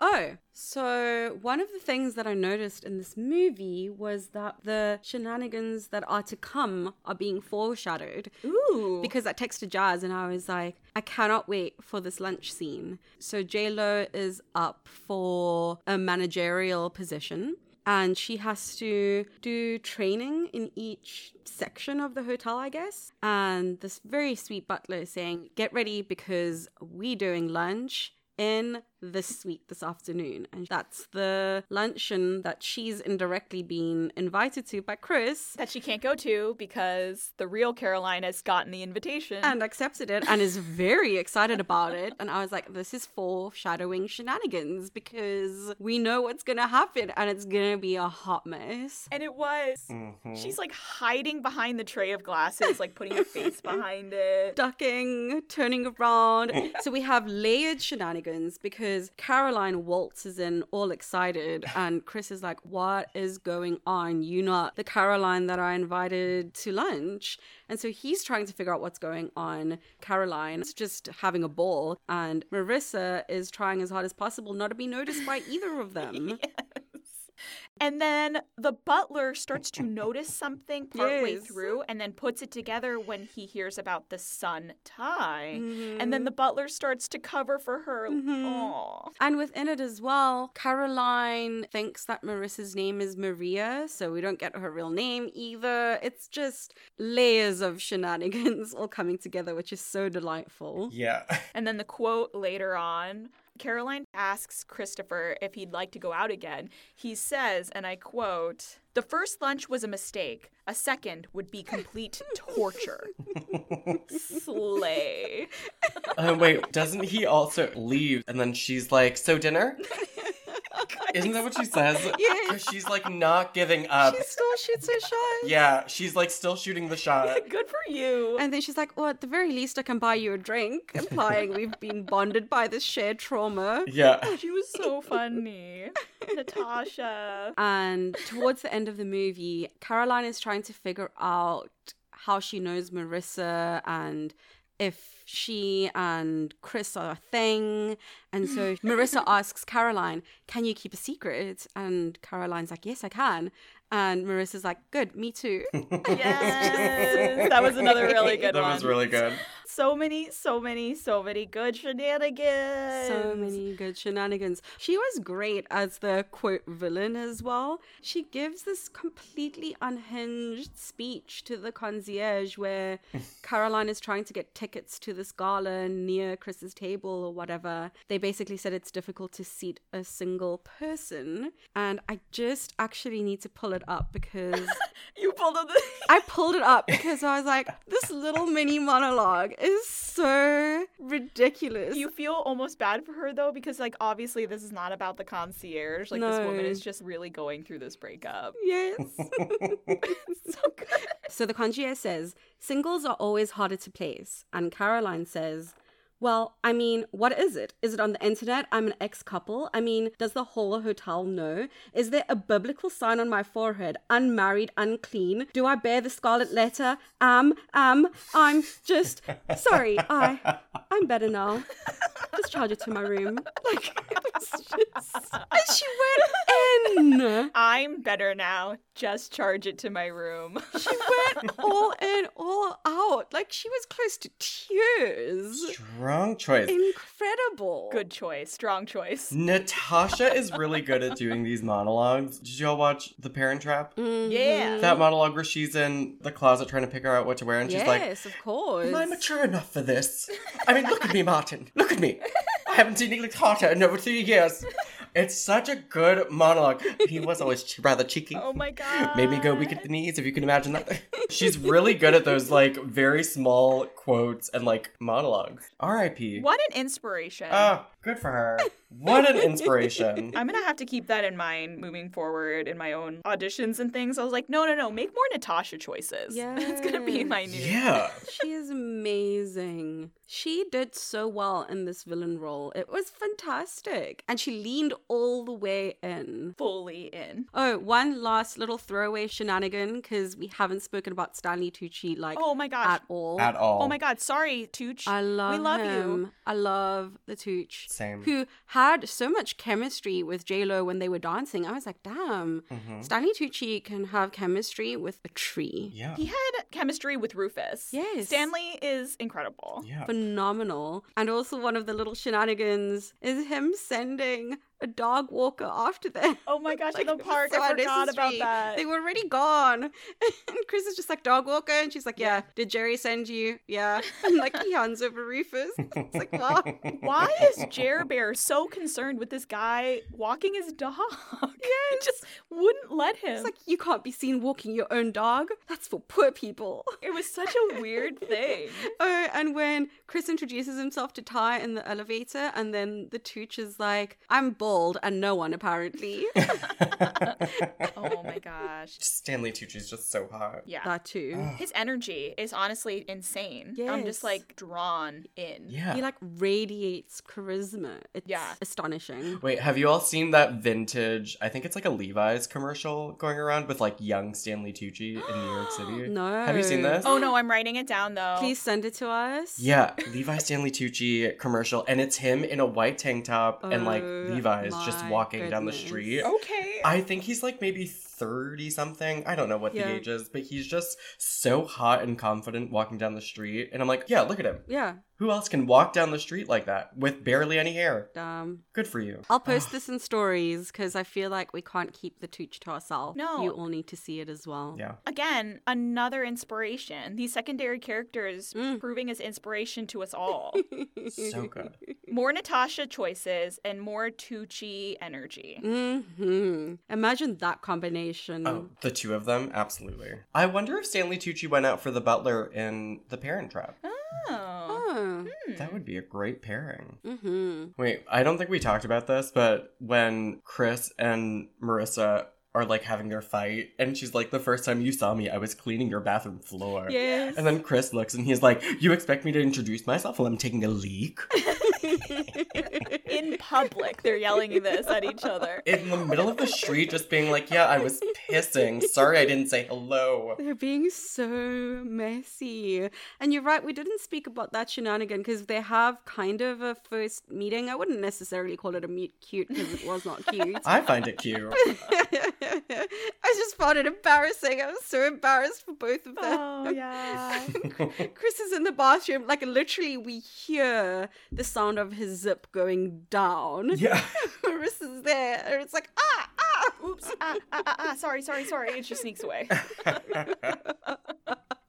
B: Oh, so one of the things that I noticed in this movie was that the shenanigans that are to come are being foreshadowed.
A: Ooh,
B: Because I texted Jazz and I was like, I cannot wait for this lunch scene. So Lo is up for a managerial position. And she has to do training in each section of the hotel, I guess. And this very sweet butler is saying, Get ready because we doing lunch in the suite this afternoon. And that's the luncheon that she's indirectly been invited to by Chris
A: that she can't go to because the real Caroline has gotten the invitation.
B: and accepted it and is very excited about it. And I was like, this is foreshadowing shenanigans because we know what's going to happen and it's going to be a hot mess.
A: and it was.
C: Mhm.
A: She's like hiding behind the tray of glasses, like putting her face behind it.
B: Ducking, turning around.
A: Oh.
B: so we have layered shenanigans because Caroline waltzes in all excited, and Chris is like, What is going on? You not the Caroline that I invited to lunch. And so he's trying to figure out what's going on. Caroline is just having a ball, and Marissa is trying as hard as possible not to be noticed by either
A: (laughs)
B: of them.
A: And then the butler starts to notice something partway
B: Yes.
A: through and then puts it together when he hears about the sun tie.
B: Mhm.
A: And then the butler starts to cover for her. Aw.
B: And within it as well, Caroline thinks that Marissa's name is Maria, so we don't get her real name either. It's just layers of shenanigans all coming together, which is so delightful.
C: Yeah. (laughs)
A: And then the quote later on Caroline asks Christopher if he'd like to go out again. He says, and I quote, The first lunch was a mistake, a second would be
B: (laughs)
A: complete torture. Slay.
C: Oh wait, doesn't he also leave? And then she's like, "So dinner?"
B: (laughs)
C: Isn't that what she says?
B: Yeah.
C: 'Cause she's like not giving up.
B: (laughs) She still shoots her shot.
C: Yeah, she's like still shooting the
A: (laughs)
C: shot.
A: Good for you.
B: And then she's like, well, at the very least, I can buy you a drink, implying we've been bonded by this shared trauma.
C: Yeah.
A: She was so
B: (laughs)
A: funny. Natasha.
B: And towards the end of the movie, Caroline is trying to figure out how she knows Marissa and if she and Chris are a thing. And so Marissa asks Caroline, Can you keep a secret? And Caroline's like, Yes, I can. And Marissa's like, Good, me too.
A: Yes, that was another really good
C: that
A: one.
C: was really good.
A: So many, so many, so many good shenanigans.
B: So many good shenanigans. She was great as the quote villain as well. She gives this completely unhinged speech to the concierge
A: (laughs)
B: where Caroline is trying to get tickets to this gala near Chris's table or whatever. They basically said it's difficult to seat a single person. And I just actually need to pull it
A: (laughs)
B: up because
A: You pulled up the.
B: I pulled it up because I was like, this little mini monologue is so ridiculous.
A: You feel almost bad for her though, because like obviously this is not about the concierge. Like this woman
B: No.
A: is just really going through this breakup.
B: yes.
A: so good.
B: So the concierge says, singles are always harder to place. And Caroline says, well, I mean, what is it? Is it on the internet? I'm an ex couple. I mean, does the whole hotel know? Is there a biblical sign on my forehead? Unmarried, unclean. Do I bear the scarlet letter? Um, um, I'm just sorry. I, I'm better now. Just charge it to my room. (laughs) Like, it was just, and she went in.
A: I'm better now. Just charge it to my room. (laughs)
B: She went all in, all out. Like she was close to tears.
C: Strong choice.
B: Incredible.
A: Good choice. Strong choice.
C: Natasha is really good at doing these monologues. Did y'all watch The Parent Trap?
A: Mm.
B: Mhm.
A: Yeah.
C: That monologue where she's in the closet trying to figure out what to wear, and she's like,
B: yes, of course.
C: "Am I mature enough for this? I mean, look at me, Martin. Look at me. I haven't seen Nick Carter in over three years." It's such a good monologue. He was always ch- rather cheeky.
A: Oh my god.
C: Made me go weak at the knees, if you can imagine that. (laughs) She's really good at those like very small quotes and like monologues. R.I.P.
A: What an inspiration.
C: Oh, good for her. What an
A: (laughs)
C: inspiration.
A: I'm gonna have to keep that in mind moving forward in my own auditions and things. I was like, no, no, no, make more Natasha choices. (laughs) it's gonna be my new.
C: Yeah.
B: she is amazing. She did so well in this villain role. It was fantastic. And she leaned all the way in.
A: Fully in.
B: Oh, one last little throwaway shenanigan because we haven't spoken about Stanley Tucci like
A: Oh my gosh.
B: at all.
C: At all.
A: Oh my god. Sorry, Tooch.
B: I love,
A: We love
B: him.
A: you.
B: I love the Tooch.
C: Same.
B: Who had so much chemistry with J Lo when they were dancing. I was like, damn,
A: Mm-hmm.
C: Mhm.
B: Stanley Tucci can have chemistry with a tree.
C: Yeah.
A: He had chemistry with Rufus.
B: Yes.
A: Stanley is incredible.
C: Yeah.
B: Phenomenal. And also, one of the little shenanigans is him sending a dog walker after them.
A: Oh my gosh,
B: (laughs) Like,
A: in
B: it
A: the
B: was
A: park.
B: so
A: I forgot about
B: unnecessary.
A: that.
C: (laughs)
B: They were already gone. (laughs) And Chris is just like, dog walker. And she's like, yeah, did Jerry send you?
A: (laughs)
B: Yeah. And like, he hands over Rufus. (laughs) It's like, wow.
A: Why is Jer Bear so concerned with this guy walking his dog? (laughs) It just wouldn't let him.
B: It's like, you can't be seen walking your own dog. That's for poor
A: (laughs)
B: people.
A: it was such a weird
B: (laughs)
A: thing.
B: Oh, and when Chris introduces himself to Ty in the elevator, and then the Tooch is like, I'm bald and no one
A: (laughs)
B: apparently.
A: Oh my gosh.
C: Stanley Tucci's just so hot.
A: Yeah.
B: that too.
C: Ugh.
A: His energy is honestly insane. I'm
B: Yes.
A: just like drawn in.
C: Yeah.
B: He like radiates charisma. It's
A: Yeah.
B: astonishing.
C: Wait, have you all seen that vintage? I think it's like a Levi's commercial going around with like young Stanley Tucci in New York City.
B: No.
C: Have you seen this?
A: Oh no, I'm writing it down though.
B: Please send it to us.
C: Yeah, Levi Stanley Tucci commercial, and it's him in a white tank top and like
B: Oh,
C: Levi's just
B: my
C: walking down the
B: goodness.
C: street. Oh,
A: Okay.
C: I think he's like maybe 30 something. I don't know what
B: Yeah.
C: the age is, but he's just so hot and confident walking down the street. And I'm like, yeah, look at him.
B: Yeah.
C: Who else can walk down the street like that with barely any hair?
B: Damn.
C: Good for you.
B: I'll post this in stories because I feel like we can't keep the Tooch to ourselves.
A: No.
B: You all need to see it as well.
C: Yeah.
A: Again, another inspiration. These secondary characters
B: Mm.
A: proving as inspiration to us all.
C: Ah,
B: (laughs)
C: So good.
A: more Natasha choices and more Tucci energy.
B: hmm Imagine that combination.
C: Oh, the two of them? Absolutely. I wonder if Stanley Tucci went out for the butler in The Parent Trap.
A: Oh.
B: Oh.
C: That would be a great pairing.
B: hmm
C: Wait, I don't think we talked about this, but when Chris and Marissa are like having their fight, and she's like, The first time you saw me, I was cleaning your bathroom floor.
B: Yes. (laughs)
C: And then Chris looks and he's like, You expect me to introduce myself while I'm taking a leak?
A: in public, they're yelling this at each other.
C: in the middle of the street just being like, yeah, I was pissing. Sorry I didn't say hello.
B: They're being so messy. And you're right, we didn't speak about that shenanigan because they have kind of a first meeting. I wouldn't necessarily call it a meet cute because it was not cute.
C: I find it cute.
B: (laughs) I just found it embarrassing. I was so embarrassed for both of them.
A: (laughs) Oh yeah.
B: Chris is in the bathroom. Like, literally, we hear the sound of his zip going down.
C: yeah.
B: Marissa's there. And it's like, ah, ah.
A: Oops. (laughs) Ah, ah, ah, ah, sorry, sorry, sorry. It just sneaks away.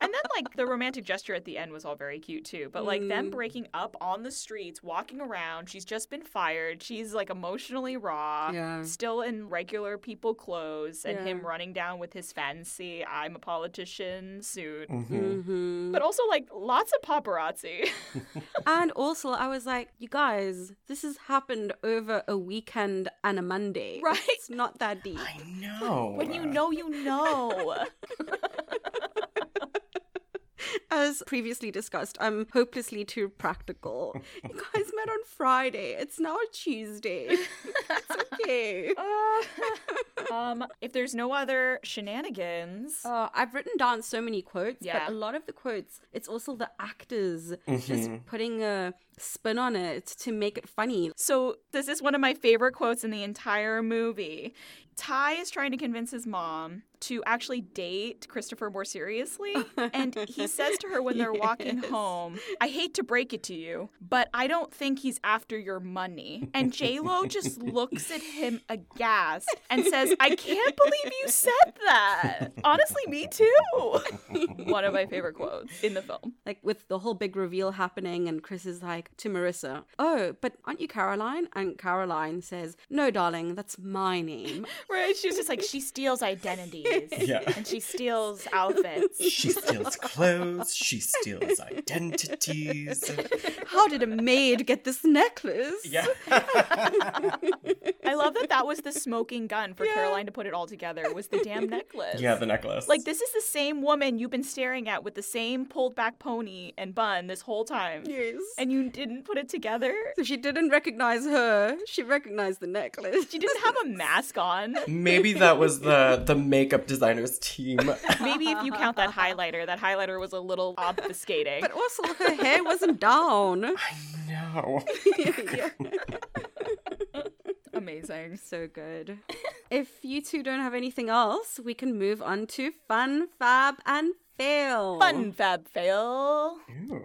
A: And then like the romantic gesture at the end was all very cute too. But like them
B: Mm.
A: breaking up on the streets, walking around, she's just been fired. She's like emotionally raw.
B: Yeah.
A: Still in regular people clothes and
B: Yeah.
A: him running down with his fancy I'm a politician suit.
C: Mhm.
B: Mm-hmm.
A: But also like lots of paparazzi. (laughs)
B: and also, I was like, you guys, this has happened over a weekend and a Monday.
A: Right.
B: It's not that deep.
C: I know.
A: when you know you know.
B: (laughs) As previously discussed, I'm hopelessly too practical. you guys met on Friday. It's now Tuesday. it's (laughs) okay.
A: um if there's no other shenanigans.
B: Uh, I've written down so many quotes,
A: Yeah.
B: but a lot of the quotes, it's also the actors just
C: Mhm.
B: putting a spin on it to make it funny. (laughs)
A: So, this is one of my favorite quotes in the entire movie. Ty is trying to convince his mom to actually date Christopher more seriously. And he says to her when they're (laughs) walking
B: Yes.
A: home, I hate to break it to you, but I don't think he's after your money. And Lo just (laughs) looks at him aghast and says, I can't believe you said that. Honestly, me too. (laughs) one of my favorite quotes in the film.
B: (laughs) Like with the whole big reveal happening, and Chris is like to Marissa, Oh, but aren't you Caroline? And Caroline says, No, darling, that's my
A: (laughs)
B: name.
A: Right? She was just like, she steals identities.
C: Yeah.
A: and she steals (laughs) outfits.
C: She steals clothes, she steals identities.
B: How did a maid get this necklace?
C: Yeah. (laughs)
A: I love that that was the smoking gun for Caroline to put it all together was the damn necklace.
C: yeah, the necklace.
A: Like this is the same woman you've been staring at with the same pulled back pony and bun this whole time.
B: Yes.
A: And you didn't put it together?
B: so she didn't recognize her. She recognized the necklace.
A: She didn't
B: (laughs)
A: have a mask on.
C: Maybe that was the the makeup designer's (laughs) team.
A: Maybe if you count that highlighter, that highlighter was a little obfuscating.
B: But also, her hair wasn't (laughs) down.
C: no.
B: Yeah.
A: Amazing.
B: So good. (laughs) if you two don't have anything else, we can move on to fun, fab, and
A: (laughs)
B: fail.
A: Fun fab fail.
C: Ew.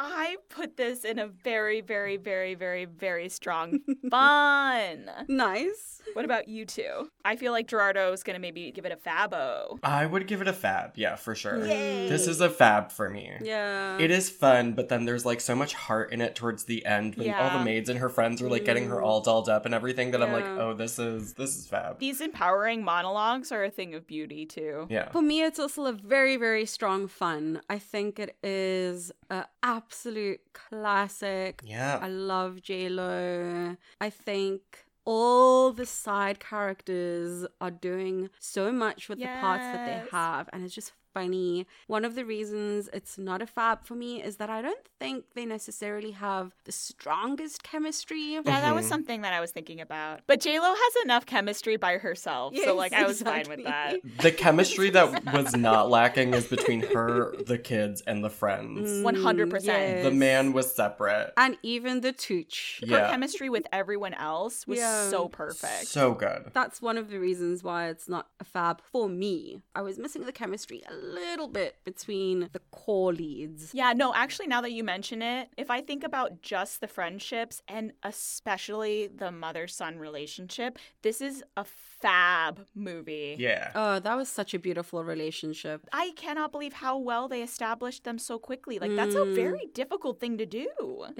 A: I put this in a very, very, very, very, very
B: (laughs)
A: strong fun.
B: Nice.
A: What about you two? I feel like Gerardo's gonna maybe give it a fabo.
C: I would give it a fab, yeah, for sure.
A: Yay.
C: This is a fab for me.
B: Yeah.
C: It is fun, but then there's like so much heart in it towards the end when all
A: Yeah.
C: the maids and her friends are like getting her all dolled up and everything that I'm like,
B: Yeah.
C: oh, this is this is fab.
A: These empowering monologues are a thing of beauty too.
C: Yeah.
B: For me, it's also a very, very strong fun. I think it is an absolute classic. I
C: Yeah.
B: love J Lo. I think all the side characters are doing so much with the parts that
A: Yes.
B: they have, and it's just funny. One of the reasons it's not a fab for me is that I don't think they necessarily have the strongest chemistry.
A: Yeah, that was
C: Mhm.
A: something that I was thinking about. But J Lo has enough chemistry by herself,
B: Yes,
A: so like I was fine with that.
B: exactly.
C: The chemistry that was not lacking is between her, the kids, and the friends.
B: Mm,
A: 100%.
C: The
B: yes.
C: man was separate.
B: and even the tooch.
A: Her
C: Yeah.
A: chemistry with everyone else was
B: Yeah.
A: so perfect.
C: So good.
B: That's one of the reasons why it's not a fab for me. I was missing the chemistry a little bit between the core leads.
A: yeah, no, actually, now that you mention it, if I think about just the friendships and especially the mother son relationship, this is a fab movie.
C: Yeah.
B: Oh, that was such a beautiful relationship.
A: I cannot believe how well they established them so quickly. Like that's a
B: Mm.
A: very difficult thing to do.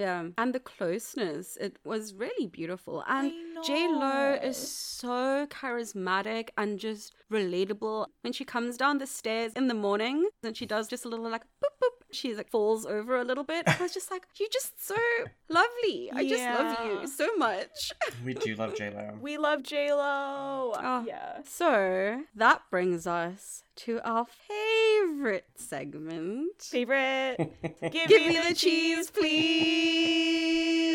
B: Yeah. And the closeness. It was really beautiful. And
A: I
B: J Lo
A: know.
B: is so charismatic and just relatable. When she comes down the stairs in the morning and she does just a little like boop boop, she like falls over a little bit. I was just like, You're just so lovely. I just love
A: Yeah.
B: you so much.
C: We do love J Lo.
A: We love J Lo.
B: Oh.
A: Yeah.
B: So that brings us to our favorite segment.
A: Favorite.
C: (laughs)
A: Give,
B: Give me the cheese, please.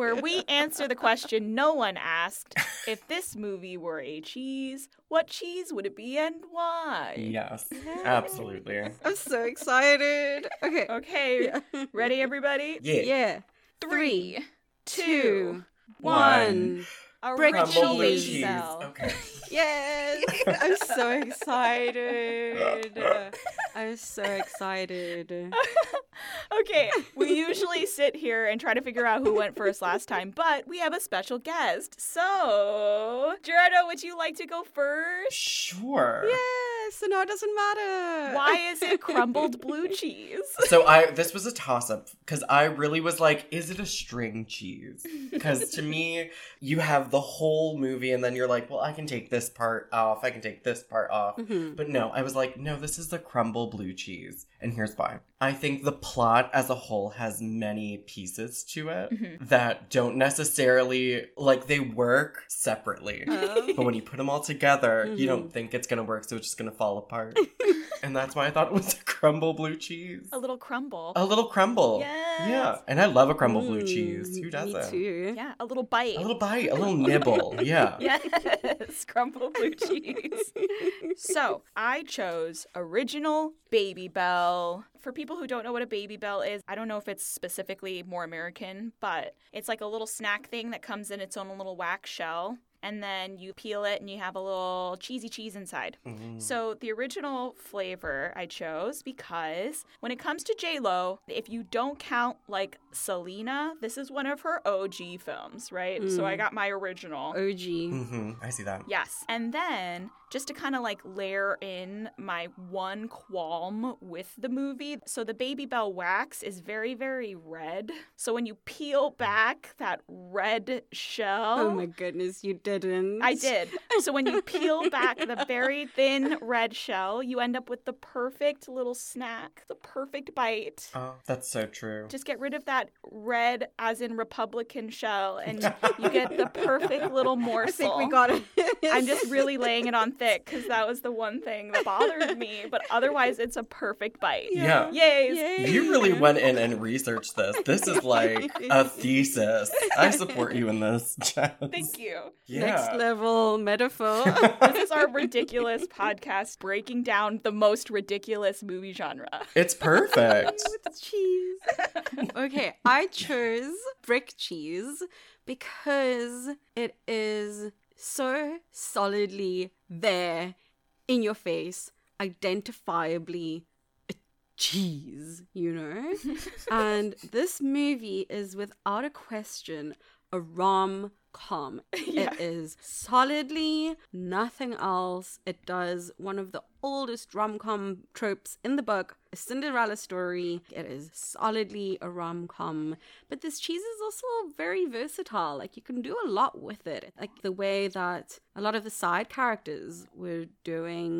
A: where we answer the question no one asked if this movie were a cheese, what cheese would it be and why?
C: Yes, absolutely.
B: I'm so excited. Okay.
A: Okay,
B: Yeah.
A: ready, everybody?
C: Yeah.
B: Yeah.
A: Three, two,
B: Two. One.
A: a
B: Brick
A: crumble
C: Crumble
A: with
B: cheese.
C: cheese.
A: bell.
C: Okay.
B: Yes. I'm so excited. I'm so excited.
A: Okay, we usually sit here and try to figure out who went first last time, but we have a special guest. So, Gerardo, would you like to go first?
C: (laughs) Sure.
B: Yes. So now it doesn't matter.
A: Why is it crumbled blue cheese?
C: So I this was a toss up because I really was like, is it a string cheese? Because to me, you have the whole movie, and then you're like, well, I can take this part off, I can take this part off.
B: Mhm.
C: But no, I was like, no, this is the crumble blue cheese. And here's why. I think the plot as a whole has many pieces to it
A: Mm-hmm.
C: that don't necessarily, like, they work separately.
A: Uh.
B: Oh.
C: But when you put them all together, you
B: Mhm.
A: Mm-hmm.
C: don't think it's gonna work, so it's just gonna fall
A: (laughs)
C: apart. and that's why I thought it was a crumble blue cheese.
A: A little crumble.
C: A little crumble.
A: Yes.
C: Yeah. And I love a (laughs) crumble blue
B: Mm,
C: cheese. Who doesn't?
B: Me too.
A: Yeah, a little bite.
C: A little bite, a little
A: (laughs)
C: nibble. Yeah.
A: Yes, crumble
B: (laughs)
A: blue cheese. so I chose original Baby Bell. For people who don't know what a Baby Bell is, I don't know if it's specifically more American, but it's like a little snack thing that comes in its own little wax shell. And then you peel it and you have a little cheesy cheese inside.
C: Mm.
A: So the original flavor I chose because when it comes to J Lo, if you don't count like Selena, this is one of her OG films, right? So I
B: Mm.
A: got my original.
B: OG.
C: hmm I see that.
A: Yes. And then just to kind of like layer in my one qualm with the movie. So the baby bell wax is very, very red. So when you peel back that red shell.
B: Oh my goodness, you didn't.
A: I did. So when you peel back the very thin red shell, you end up with the perfect little snack, the perfect bite.
C: Oh, that's so true.
A: Just get rid of that red, as in Republican shell, and you get the perfect little
B: I
A: morsel.
B: think we got it.
A: I'm just
B: (laughs)
A: really laying it on thick because that was the one thing that bothered me. But otherwise, it's a perfect bite.
C: Yeah.
A: Yay!
B: Yay.
C: You really went in and researched this. This is like a thesis. I support you in this, (laughs) Jess.
A: Thank you.
B: Next level metaphor.
C: (laughs)
A: This is our ridiculous podcast breaking down the most ridiculous movie genre. (laughs)
C: It's perfect.
B: (laughs) with cheese. okay, I chose brick cheese because it is so solidly there in your face, identifiably a cheese, you know? (laughs) and this movie is without a question a rom com.
A: Yeah.
B: (laughs) It is solidly nothing else. It does one of the oldest rom com tropes in the book, a Cinderella story. It is solidly a rom com. But this cheese is also very versatile. Like you can do a lot with it. Like the way that a lot of the side characters were doing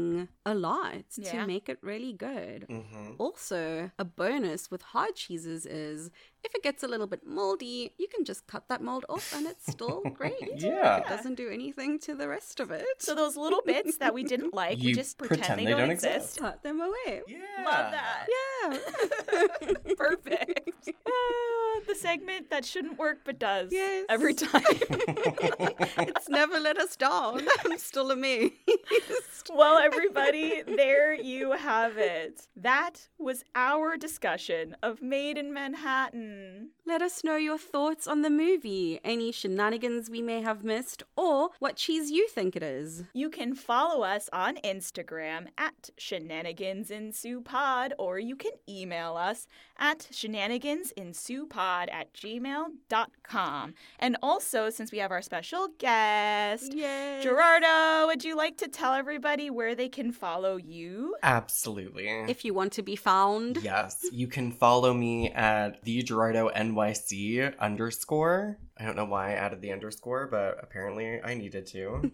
B: a lot
A: Yeah.
B: to make it really good.
C: hmm
B: Also, a bonus with hard cheeses is if it gets a little bit moldy, you can just cut that mold off and it's
C: (laughs)
B: still great.
C: Yeah.
B: It doesn't do anything to the rest of it.
A: So those little bits that we didn't like, we
C: You
A: just pretend,
C: pretend
A: they,
C: they
A: don't,
C: don't
A: exist.
C: exist.
B: Cut them away.
C: Yeah.
A: Love that. (laughs)
B: Yeah.
A: Perfect. Ah, the segment that shouldn't work but does
B: Yes.
A: every time.
B: it's never let us
A: (laughs)
B: down. I'm still amazed.
A: well, everybody, there you have it. That was our discussion of Made in Manhattan.
B: (laughs) Let us know your thoughts on the movie, any shenanigans we may have missed, or what cheese you think it is.
A: You can follow us on Instagram at shenanigansinsupod, or you can email us at shenanigansinsupod at gmail.com. And also, since we have our special guest,
B: Yes.
A: Gerardo, would you like to tell everybody where they can follow you?
C: Absolutely.
B: If you want to be found.
C: Yes, you can follow me at the Gerardo NYC underscore. I don't know why I added the underscore, but apparently I needed to.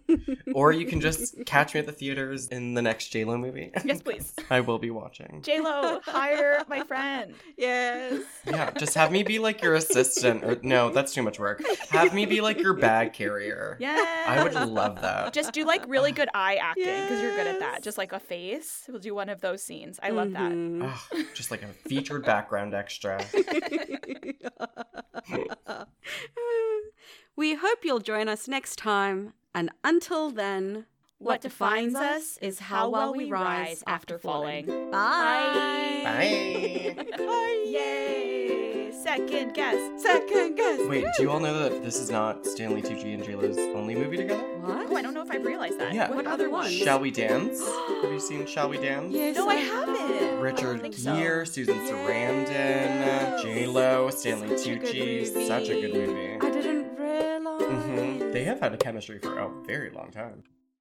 C: or you can just catch me at the theaters in the next J Lo movie. (laughs)
A: Yes, please.
C: I will be watching.
A: Lo, hire my friend.
B: Yes.
C: Yeah, just have me be like your assistant, or no, that's too much work. Have me be like your bag carrier.
A: Yeah.
C: I would love that.
A: just do like really good (laughs) eye acting because you're good at that.
B: Yes.
A: Just like a face. We'll do one of those scenes. I love that.
B: Mhm.
C: Ugh, just like a featured background extra.
B: (laughs) we hope you'll join us next time, and until then,
A: What defines us is how well we rise after falling. Bye.
C: Bye.
B: Bye.
A: Yay! Second guess.
B: Second guess.
C: Wait, do you all know that this is not Stanley Tucci and JLo's only movie together?
B: What?
A: Oh, I don't know if I've realized that.
C: Yeah.
B: What other ones?
C: Shall We Dance? Have you seen Shall We Dance?
B: Yes,
A: No, I haven't.
C: Richard
A: think so.
C: Gere, Susan
B: Yes.
C: Sarandon, J Lo, Stanley
B: Such a good
C: Tucci. Such a good
B: movie.
C: movie. Mm-hmm.
B: I didn't realize.
C: hmm They have had a chemistry for a very long time.